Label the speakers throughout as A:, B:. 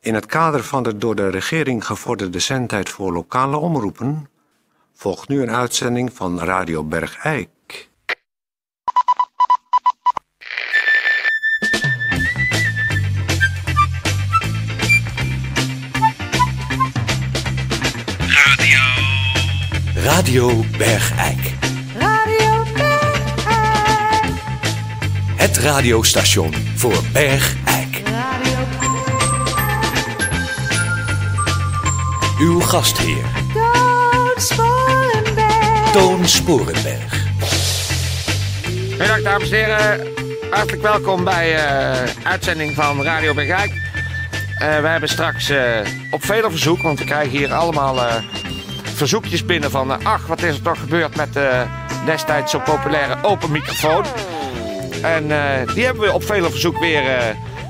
A: In het kader van de door de regering gevorderde zendtijd voor lokale omroepen volgt nu een uitzending van Radio Bergijk.
B: Radio Bergijk.
C: Radio Bergijk.
B: Het radiostation voor Bergijk.
C: Radio
B: Uw gastheer
C: Toon Sporenberg.
B: Toon Sporenberg.
D: Middag dames en heren, hartelijk welkom bij eh uitzending van Radio Bergijk. Eh we hebben straks eh, op vele verzoek, want we krijgen hier allemaal eh, verzoekjes binnen van... eh, ach, wat is er toch gebeurd met de destijds zo populaire open microfoon. En eh, die hebben we op vele verzoek weer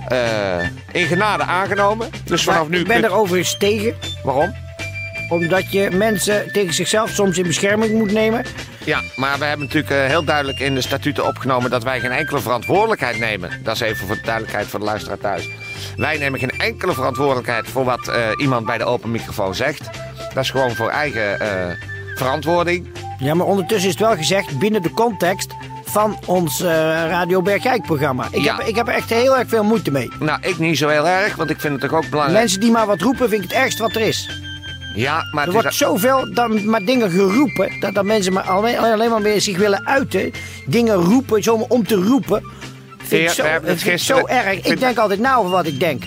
D: eh, eh, in genade aangenomen. Dus vanaf nu...
E: ik ben
D: kunt-
E: er overigens tegen,
D: Waarom?
E: omdat je mensen tegen zichzelf soms in bescherming moet nemen.
D: Ja, maar we hebben natuurlijk eh, heel duidelijk in de statuten opgenomen dat wij geen enkele verantwoordelijkheid nemen. Dat is even voor de duidelijkheid voor de luisteraar thuis. Wij nemen geen enkele verantwoordelijkheid voor wat eh, iemand bij de open microfoon zegt. Dat is gewoon voor eigen eh, verantwoording.
E: Ja, maar ondertussen is het wel gezegd binnen de context van ons eh, Radio Bergijk-programma. Ik,
D: Ja.
E: heb, ik heb er echt heel erg veel moeite mee.
D: Nou, ik niet zo heel erg, want ik vind het toch ook belangrijk.
E: Mensen die maar wat roepen, vind ik het ergst wat er is.
D: Ja, maar
E: Er
D: het
E: wordt
D: is...
E: zoveel dan, maar dingen geroepen, dat, dat mensen maar alleen, alleen maar weer zich willen uiten. Dingen roepen, zomaar om te roepen. Vind
D: Heer,
E: ik zo,
D: we hebben het
E: vind ik zo
D: gisteren-
E: erg.
D: vind-
E: Ik denk altijd na over wat ik denk.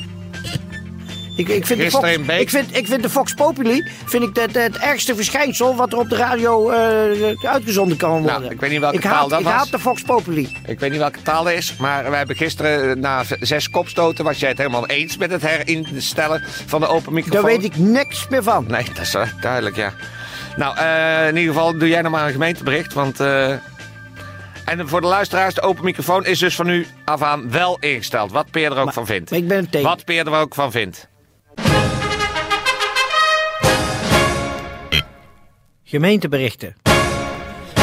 E: Ik, ik, vind de
D: Gisteren
E: Fox,
D: in Beek-
E: ik, vind, ik vind de Fox Populi vind ik het, het ergste verschijnsel wat er op de radio eh, uitgezonden kan worden.
D: Nou, ik weet niet welke
E: ik haat-
D: taal dat
E: ik
D: was.
E: haat de Fox Populi.
D: Ik weet niet welke taal het is, maar we hebben gisteren eh, na v- zes kopstoten... was jij het helemaal eens met het herinstellen van de open microfoon.
E: Daar weet ik niks meer van.
D: Nee, dat is eh, duidelijk, ja. Nou, eh, in ieder geval doe jij nog maar een gemeentebericht, want... eh, En voor de luisteraars, de open microfoon is dus van nu af aan wel ingesteld. Wat Peer er ook van vindt.
E: maar ik ben het tegen.
D: Wat Peer er ook van vindt.
E: Gemeenteberichten.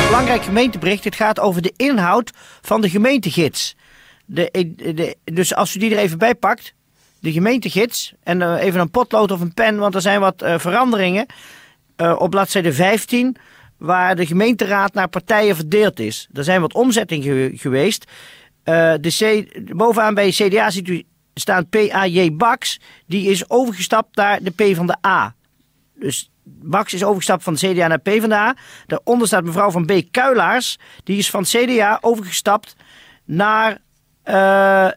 E: Belangrijk gemeentebericht. Het gaat over de inhoud van de gemeentegids. De, de, dus als u die er even bij pakt. De gemeentegids. En eh, even een potlood of een pen. Want er zijn wat eh, veranderingen. eh, op bladzijde 15. Waar de gemeenteraad naar partijen verdeeld is. Er zijn wat omzettingen ge- geweest. Eh, de C, bovenaan bij CDA ziet u, staan PAJ Bax. Die is overgestapt naar de P van de A. Dus Bax is overgestapt van de CDA naar PvdA. Daaronder staat mevrouw van B. Kuilaars. Die is van CDA overgestapt naar... eh,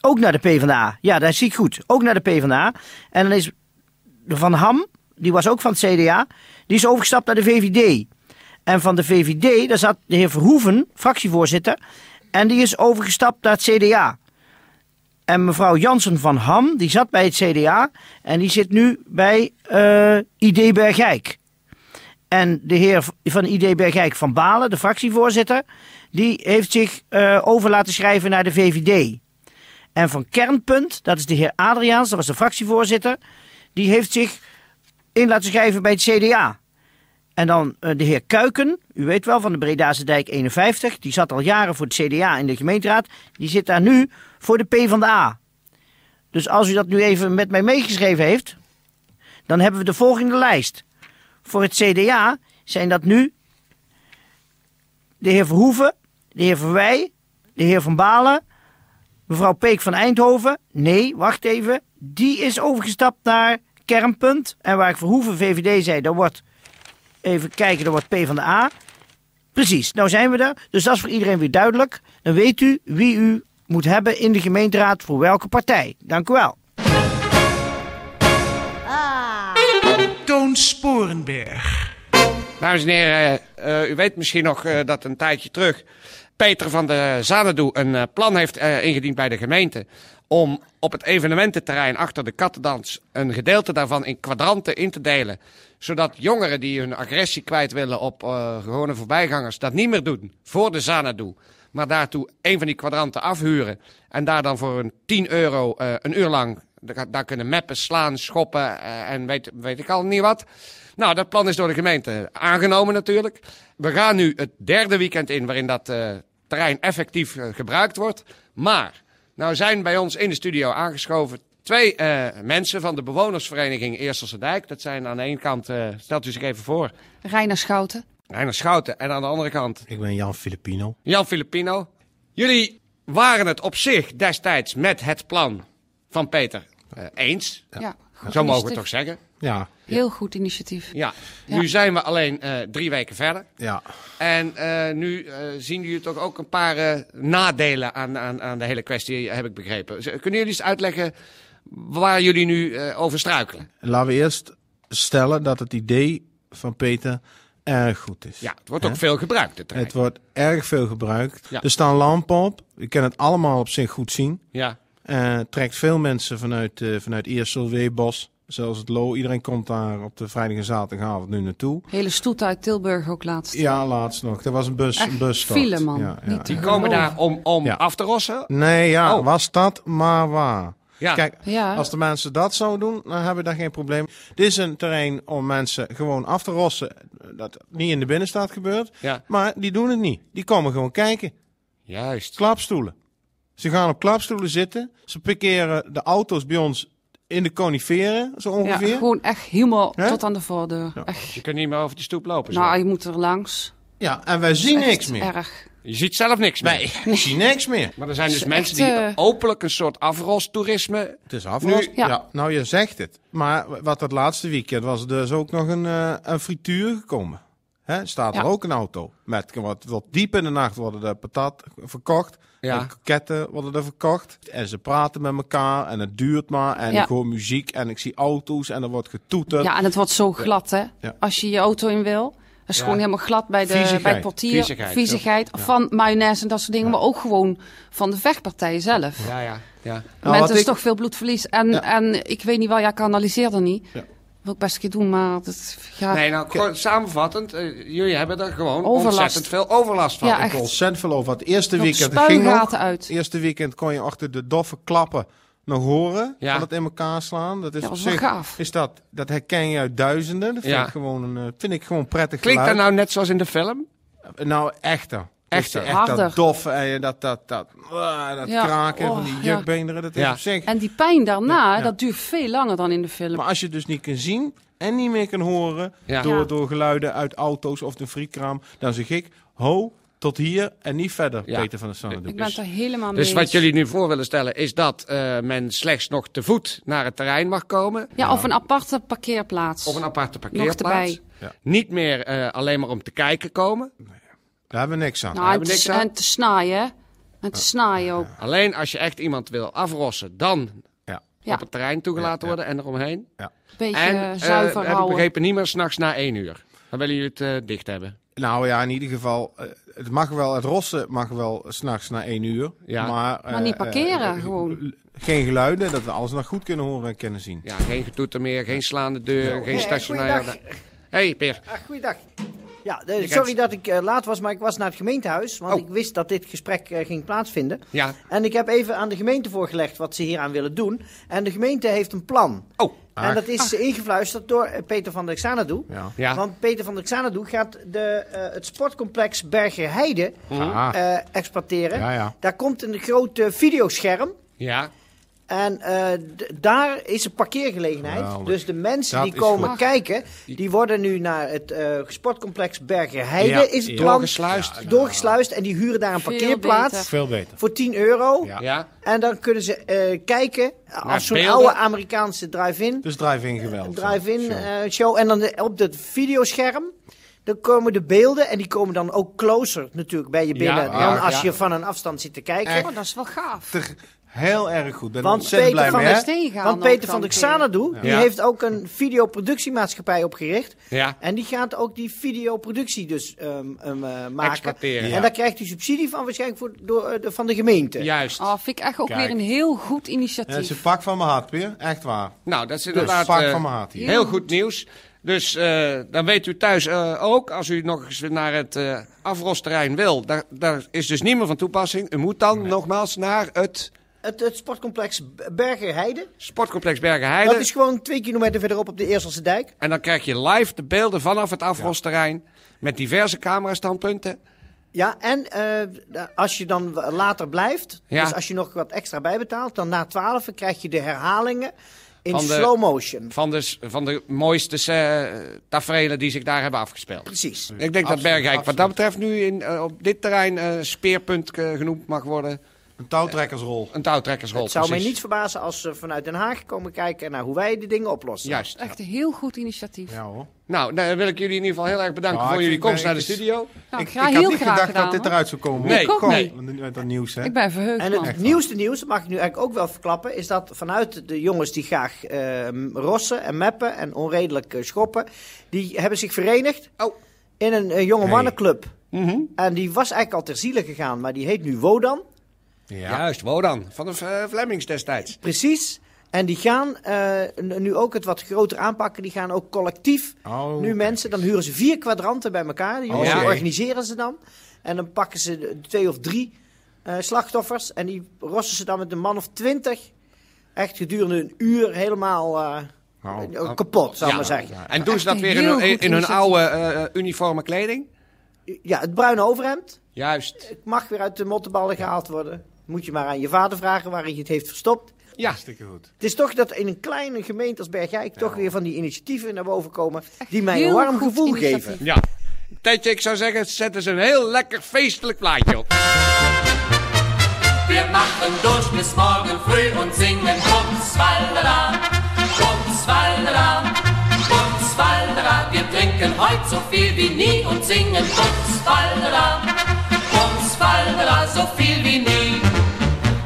E: ook naar de PvdA. Ja, daar zie ik goed. Ook naar de PvdA. En dan is de Van Ham, die was ook van het CDA. Die is overgestapt naar de VVD. En van de VVD, daar zat de heer Verhoeven, fractievoorzitter. En die is overgestapt naar het CDA. En mevrouw Jansen van Ham, die zat bij het CDA en die zit nu bij eh, ID Bergijk. En de heer van ID Bergijk van Balen, de fractievoorzitter, die heeft zich eh, over laten schrijven naar de VVD. En van Kernpunt, dat is de heer Adriaans, dat was de fractievoorzitter, die heeft zich in laten schrijven bij het CDA. En dan eh, de heer Kuiken, u weet wel, van de Bredase Dijk 51. Die zat al jaren voor het CDA in de gemeenteraad. Die zit daar nu voor de P van de A. Dus als u dat nu even met mij meegeschreven heeft, dan hebben we de volgende lijst. Voor het CDA zijn dat nu de heer Verhoeven, de heer Verwij, de heer Van Balen, mevrouw Peek van Eindhoven. Nee, wacht even. Die is overgestapt naar Kernpunt. En waar ik Verhoeven VVD zei, dan wordt Even kijken, dan wordt P van de A. Precies, nou zijn we er. Dus dat is voor iedereen weer duidelijk. Dan weet u wie u moet hebben in de gemeenteraad voor welke partij. Dank u wel.
F: Toon Sporenberg.
D: Dames en heren, eh, eh, u weet misschien nog eh, dat een tijdje terug Peter van der Zanedoe een eh, plan heeft eh, ingediend bij de gemeente. Om op het evenemententerrein achter de kattendans een gedeelte daarvan in kwadranten in te delen. Zodat jongeren die hun agressie kwijt willen op eh, gewone voorbijgangers dat niet meer doen voor de Zanedoe. Maar daartoe een van die kwadranten afhuren. En daar dan voor een 10 euro eh, een uur lang. Daar, daar kunnen meppen, slaan, schoppen eh, en weet, weet ik al niet wat. Nou, dat plan is door de gemeente aangenomen natuurlijk. We gaan nu het derde weekend in waarin dat eh, terrein effectief eh, gebruikt wordt. Maar, nou zijn bij ons in de studio aangeschoven Twee eh, mensen van de bewonersvereniging Eerselse Dijk. Dat zijn aan de ene kant, eh, stelt u zich even voor,
G: Reiner Schouten.
D: Reiner Schouten. En aan de andere kant
H: Ik ben Jan Filipino.
D: Jan Filipino. Jullie waren het op zich destijds met het plan van Peter eh, eens.
G: Ja.
D: Zo mogen we
G: initiatief.
D: het toch zeggen.
H: Ja,
G: Heel goed initiatief.
D: Ja.
G: Ja.
D: Nu zijn we alleen eh, drie weken verder.
H: ja.
D: En eh, nu eh, zien jullie toch ook een paar eh, nadelen aan, aan, aan de hele kwestie, heb ik begrepen. Z- Kunnen jullie eens uitleggen waar jullie nu eh, over struikelen?
H: Laten we eerst stellen dat het idee van Peter erg goed is.
D: Ja, het wordt ook veel gebruikt, de trein.
H: Het wordt erg veel gebruikt.
D: Ja.
H: Er staan lampen op. Je kan het allemaal op zich goed zien.
D: Ja,
H: Eh, trekt veel mensen vanuit, eh vanuit Eersel, Weebos, zelfs het Lo. Iedereen komt daar op de vrijdag en zaterdagavond nu naartoe.
G: Hele stoet uit Tilburg ook laatst.
H: Ja, laatst nog. Er was een bus.
G: Echt
H: Een busstart.
G: file, man.
H: Ja, ja,
G: Niet te
H: ja.
D: die komen daar om, om
H: Oh. Ja.
D: af te rossen.
H: Nee, ja,
D: Oh.
H: was dat maar waar.
D: Ja.
H: Kijk,
G: Ja.
H: als de mensen dat zouden doen, dan hebben we daar geen probleem. Dit is een terrein om mensen gewoon af te rossen. Dat niet in de binnenstad gebeurt.
D: Ja.
H: Maar die doen het niet. Die komen gewoon kijken.
D: Juist.
H: Klapstoelen. Ze gaan op klapstoelen zitten. Ze parkeren de auto's bij ons in de coniferen, zo
G: Ja,
H: ongeveer.
G: gewoon echt helemaal
H: Hè?
G: tot aan de voordeur. Echt.
D: Je kunt niet meer over de stoep lopen. zo.
G: Nou, je moet er langs.
H: Ja, en wij zien
G: Echt
H: niks meer.
G: Erg.
D: Je ziet zelf niks meer.
H: Wij zien niks meer.
D: Maar er zijn dus
G: Ze
D: mensen
G: echt,
D: die
G: eh,
D: openlijk een soort afrostoerisme...
H: Het is afwas.
D: Nu-
H: ja.
G: Ja.
H: nou je zegt het. Maar wat dat laatste weekend was er dus ook nog een, eh, een frituur gekomen. Hè, staat er
G: Ja.
H: ook een auto met wat, wat diep in de nacht worden de patat verkocht.
D: Ja.
H: En kroketten worden er verkocht. En ze praten met elkaar en het duurt maar. En
G: Ja.
H: ik hoor muziek en ik zie auto's en er wordt getoeterd.
G: Ja, en het wordt zo glad, hè.
H: Ja.
G: Als je je auto in wil. Het is
D: Ja.
G: gewoon helemaal glad bij, de,
H: Viezigheid.
G: bij het portier.
D: Viezigheid,
G: Viezigheid, Van mayonaise en dat soort dingen. Maar ook gewoon van de vechtpartij zelf.
D: Ja, ja, ja.
H: Nou,
G: Mensen
H: wat
G: is
H: ik-
G: toch veel bloedverlies. En,
H: Ja.
G: en ik weet niet wel, ja, ik analyseer dat niet.
H: Ja.
G: Wil ik best een keer doen, maar dat, ja,
D: Nee, nou, gewoon samenvattend. eh, jullie hebben er gewoon
G: Overlast.
D: ontzettend veel overlast van.
G: Ja,
H: Ik
G: echt.
H: ontzettend veel over. Het eerste
G: Nog
H: weekend het ging nog.
G: spuigaten uit.
H: Het eerste weekend kon je achter de doffe klappen nog horen.
D: Ja.
H: Van het in elkaar slaan. Dat is
G: Ja,
H: op
G: was wel
H: zich.
G: gaaf.
H: Is dat, dat herken je uit duizenden. Dat vind,
D: Ja.
H: ik, gewoon een, eh, vind ik gewoon prettig
D: Klinkt dat
H: geluid.
D: nou net zoals in de film?
H: nou... Nou, echter.
D: Echter.
H: Echt dat
G: Harder.
H: doffe en je dat, dat, dat, ah, dat
G: Ja,
H: kraken van
G: oh,
H: die
G: ja.
H: jukbeenderen. Dat is
D: Ja.
H: op zich.
G: En die pijn daarna,
H: ja.
G: dat duurt veel langer dan in de film.
H: Maar als je het dus niet kan zien en niet meer kan horen
D: Ja.
H: door,
G: Ja.
H: door geluiden uit auto's of de frietkraam, dan zeg ik ho, tot hier en niet verder,
D: Ja.
H: Peter van der Sanne.
G: ik ben het er helemaal mee
D: Dus wat
G: eens.
D: jullie nu voor willen stellen is dat eh, men slechts nog te voet naar het terrein mag komen.
G: Ja, of een aparte parkeerplaats.
D: Of een aparte
G: Nog
D: parkeerplaats.
G: erbij. Nou,
D: Niet meer eh, alleen maar om te kijken komen.
H: Daar hebben we niks aan.
G: Nou, en,
D: hebben we
G: te,
D: niks aan.
G: en te snaaien, hè. En te snaaien ook.
D: Alleen als je echt iemand wil afrossen, dan
H: Ja.
G: Ja,
D: op het terrein toegelaten worden en eromheen.
G: een beetje
D: En
G: eh,
D: eh,
G: zuiver
D: heb ik
G: houden.
D: begrepen, niet meer s'nachts na één uur. Dan willen jullie het eh, dicht hebben.
H: Nou ja, in ieder geval, eh, het mag wel, het rossen mag wel s'nachts na één uur.
D: Ja.
H: Maar, eh,
G: Maar niet
H: eh,
G: parkeren,
H: eh,
G: gewoon.
H: Geen geluiden, dat we alles nog goed kunnen horen en kunnen zien.
D: Ja, geen getoeter meer, geen slaande deur, geen
E: Hey,
D: stationaire...
E: goeiedag.
D: hey, Peer.
E: Ach, goeiedag. Ja, eh,
D: kent-
E: sorry dat ik eh, laat was, maar ik was naar het gemeentehuis. Want
D: Oh.
E: ik wist dat dit gesprek eh, ging plaatsvinden.
D: Ja.
E: En ik heb even aan de gemeente voorgelegd wat ze hier aan willen doen. En de gemeente heeft een plan.
D: Oh,
E: En dat is ingefluisterd door eh, Peter van der Xanadu.
H: Ja.
D: Ja.
E: Want Peter van der Xanadu gaat de, eh, het sportcomplex Bergerheide
H: Ah,
E: eh exploiteren.
H: Ja, ja.
E: Daar komt een groot eh, videoscherm.
D: ja.
E: En eh, d- daar is een parkeergelegenheid.
H: Geweldig.
E: Dus de mensen
H: Dat
E: die
H: is
E: komen
H: goed.
E: kijken, die worden nu naar het eh, sportcomplex Bergerheide
H: Ja,
E: is het
H: ja.
E: plan,
D: Doorgesluist.
E: doorgesluist. En die huren daar een
G: Veel
E: parkeerplaats
G: beter.
H: veel beter.
E: voor 10 euro.
H: Ja.
D: Ja,
E: En dan kunnen ze eh, kijken als zo'n
D: beelden.
E: oude Amerikaanse drive-in
H: Dus drive-in geweld.
E: drive-in
H: Zo.
E: eh, show. En dan de- op het videoscherm. Dan komen de beelden en die komen dan ook closer natuurlijk bij je
D: Ja,
E: binnen.
D: ja,
E: dan als
D: ja.
E: je van een afstand zit te kijken.
G: Oh, dat is wel gaaf.
H: Ter- Heel erg goed. Ben er
E: Want
H: ontzettend
E: Peter
H: blij
E: van
H: mee.
E: der
H: hè?
G: Tegengaan
E: Want
G: ook
E: Peter
G: dan
E: van der
G: weer.
E: Xanadu, die
D: Ja.
E: heeft ook een videoproductiemaatschappij opgericht.
D: ja.
E: En die gaat ook die videoproductie dus ehm, ehm, eh, maken.
D: Exploiteren.
E: En daar krijgt hij subsidie van waarschijnlijk voor, door, eh, de- van de gemeente.
D: Juist.
G: Oh, vind ik echt ook
H: Kijk.
G: weer een heel goed
H: Ja, dat is een
G: initiatief.
H: pak van mijn hart weer. Echt waar.
D: Nou, dat is inderdaad
H: Dus pak
D: eh,
H: van mijn hart hier.
D: heel goed nieuws. Dus eh, dan weet u thuis eh, ook, als u nog eens naar het eh afrosterrein wil, daar, daar is dus niet meer van toepassing. U moet dan nogmaals naar het
E: Het, het sportcomplex Bergerheide.
D: sportcomplex Bergenheide.
E: Dat is gewoon twee kilometer verderop op de Eerselse dijk.
D: En dan krijg je live de beelden vanaf het afrosterrein met diverse camerastandpunten.
E: Ja, en eh, als je dan w- later blijft,
D: Ja.
E: dus als je nog wat extra bijbetaalt, dan na 12 krijg je de herhalingen in
D: Van de-
E: slow motion.
D: Van de, s- van de mooiste eh taferelen die zich daar hebben afgespeeld.
E: Precies.
D: Ik denk dat Bergijk wat dat betreft nu in, eh, op dit terrein eh, speerpunt eh, genoemd mag worden.
H: Een touwtrekkersrol.
D: Een touwtrekkersrol.
E: Het zou mij
D: precies.
E: niet verbazen als ze vanuit Den Haag komen kijken naar hoe wij de dingen oplossen.
D: Juist.
G: Echt een heel goed initiatief.
H: Ja hoor.
D: Nou, dan wil ik jullie in ieder geval heel erg bedanken
H: Ja,
D: voor
H: ik
D: jullie
H: vind- nee,
D: komst naar de
H: ik is-
D: studio.
G: Nou,
H: ik,
G: graag-
H: ik had
G: heel
H: niet
G: graag
H: gedacht
G: gedaan,
H: dat dit
G: hoor.
H: eruit zou komen.
D: Nee,
G: Ik ook
H: Kom,
G: niet.
H: want Uit dat nieuws hè.
G: Ik ben verheugd,
E: En
G: man.
E: het nieuwste nieuws, dat mag ik nu eigenlijk ook wel verklappen, is dat vanuit de jongens die graag eh, rossen en meppen en onredelijk eh, schoppen, die hebben zich verenigd
D: Oh.
E: in een eh, jonge
H: Hey.
E: mannenclub.
D: Mhm.
E: En die was eigenlijk al ter ziele gegaan, maar die heet nu Wodan.
H: Ja.
D: Juist, Wodan. Van de eh, Flemings destijds.
E: Precies. En die gaan eh, n- nu ook het wat groter aanpakken. Die gaan ook collectief
H: Oh,
E: nu mensen. Dan huren ze vier kwadranten bij elkaar. Die jongens
D: Oh,
E: die
D: jee.
E: organiseren ze dan. En dan pakken ze de- twee of drie eh, slachtoffers. En die rossen ze dan met een man of twintig. Echt gedurende een uur helemaal eh,
H: Nou,
E: eh, kapot, zou ik maar zeggen.
D: En doen ze dat
G: Echt
D: weer in
G: heel
D: hun,
G: goed
D: in hun
G: initiatief.
D: oude eh, uniforme kleding?
E: Ja, het bruine overhemd.
D: Juist.
E: Het mag weer uit de mottenballen gehaald worden. Moet je maar aan je vader vragen waarin je het heeft verstopt.
D: Ja.
H: Hartstikke goed.
E: Het is toch dat in een kleine gemeente als Bergijk toch weer van die initiatieven naar boven komen die mij een
G: heel
E: warm
G: goed
E: gevoel
G: initiatief.
E: geven.
D: Ja. Tijdje, ik zou zeggen, zet eens een heel lekker feestelijk plaatje op.
I: Wir machen durch bis morgen früh und singen Bumswaldera, Bumswaldera, Bumswaldera. Wir trinken heute so viel wie nie und singen Bumswaldera, Bumswaldera, so viel wie nie.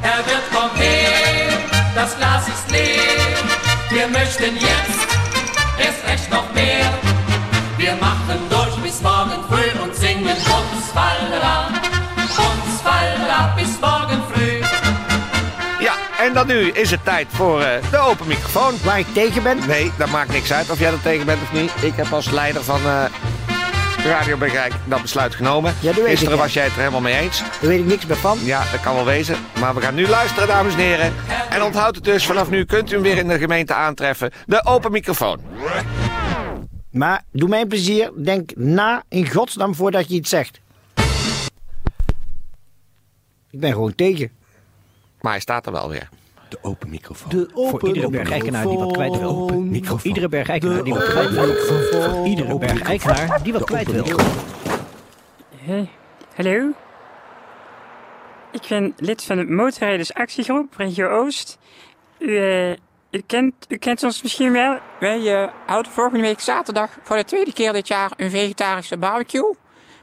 I: Er wird kommen, das Glas ist leer. Wir möchten jetzt erst recht noch mehr. Wir machen durch bis morgen früh und singen Bumswaldera, Bumswaldera bis morgen früh.
D: Ja, en dan nu is het tijd voor eh, de open microfoon.
E: Waar ik tegen ben,
D: Nee, dat maakt niks uit of jij er tegen bent of niet. Ik heb als leider van eh, Radio Begrijk dat besluit genomen.
E: Ja, dat weet
D: Gisteren
E: ik, ja.
D: was jij het er helemaal mee eens.
E: daar weet ik niks meer van.
D: Ja, dat kan wel wezen. Maar we gaan nu luisteren, dames en heren. En onthoud het dus, vanaf nu kunt u hem weer in de gemeente aantreffen. De open microfoon.
E: Maar doe mij een plezier, denk na in godsnaam voordat je iets zegt. Ik ben gewoon tegen.
D: Maar hij staat er wel weer.
B: De open microfoon.
J: De
E: Voor iedere bergijkenaar die wat kwijt wil.
B: Open microfoon.
E: Voor iedere bergijkenaar die wat
B: open
E: kwijt wil.
B: microfoon.
E: Voor iedere
B: open
E: bergijkenaar die wat
B: De
E: kwijt
B: open
E: wil.
B: microfoon.
J: Hallo. Ik ben lid van de motorrijdersactiegroep Regio Oost. U, eh, u, kent, u kent ons misschien wel.
I: Wij eh, houden volgende week zaterdag voor de tweede keer dit jaar een vegetarische barbecue.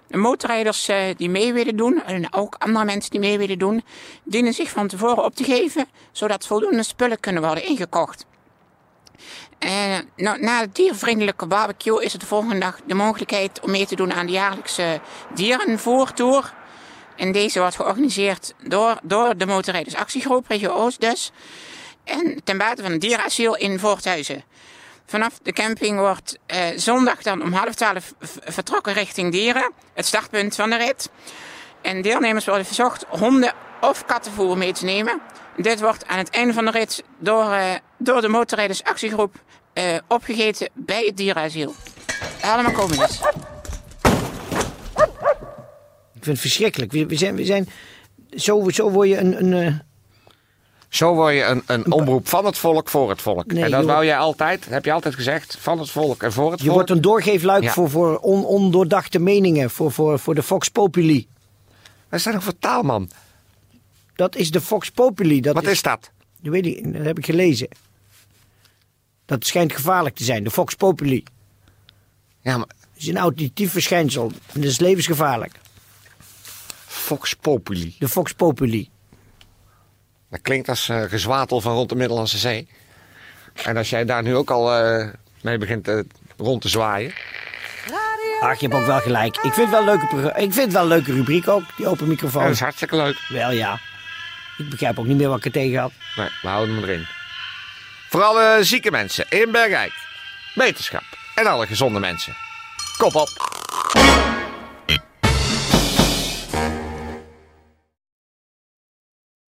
I: De motorrijders eh, die mee willen doen en ook andere mensen die mee willen doen, dienen zich van tevoren op te geven, zodat voldoende spullen kunnen worden ingekocht. Eh, nou, na de diervriendelijke barbecue is er de volgende dag de mogelijkheid om mee te doen aan de jaarlijkse dierenvoertour. En deze wordt georganiseerd door, door de motorrijdersactiegroep Regio Oost dus. En ten bate van het dierenasiel in Voorthuizen. Vanaf de camping wordt eh, zondag dan om half twaalf v- vertrokken richting Dieren, het startpunt van de rit. En deelnemers worden verzocht honden of kattenvoer mee te nemen. Dit wordt aan het einde van de rit door, eh, door de motorrijdersactiegroep eh, opgegeten bij het dierenasiel. Allemaal komen dus.
E: Ik vind het verschrikkelijk. We, we zijn, we zijn, zo, zo word je een... een eh,
D: Zo word je een, een omroep van het volk voor het volk.
E: Nee,
D: en dat
E: joh.
D: wou jij altijd, heb je altijd gezegd. Van het volk en voor het
E: je
D: volk.
E: wordt een doorgeefluik
D: Ja.
E: voor, voor on, ondoordachte meningen. Voor, voor, voor de Fox Populi.
D: Wat is dat nou voor taal, man?
E: Dat is de Fox Populi. Dat
D: Wat is dat?
E: Dat weet ik, dat heb ik gelezen. Dat schijnt gevaarlijk te zijn, de Fox Populi.
D: Ja, maar
E: Dat is een auditief verschijnsel. En dat is levensgevaarlijk.
D: Fox Populi.
E: De Fox Populi.
D: Dat klinkt als eh, gezwatel van rond de Middellandse Zee. En als jij daar nu ook al eh, mee begint eh, rond te zwaaien.
E: Ach, je hebt ook wel gelijk. Ik vind het wel een leuke, progra- ik vind het wel een leuke rubriek ook, die open
D: Ja,
E: microfoon.
D: dat is hartstikke leuk.
E: Wel ja. Ik begrijp ook niet meer wat ik er tegen had.
D: Nee, we houden hem erin. Voor alle zieke mensen in Bergijk. Wetenschap. En alle gezonde mensen. Kop op.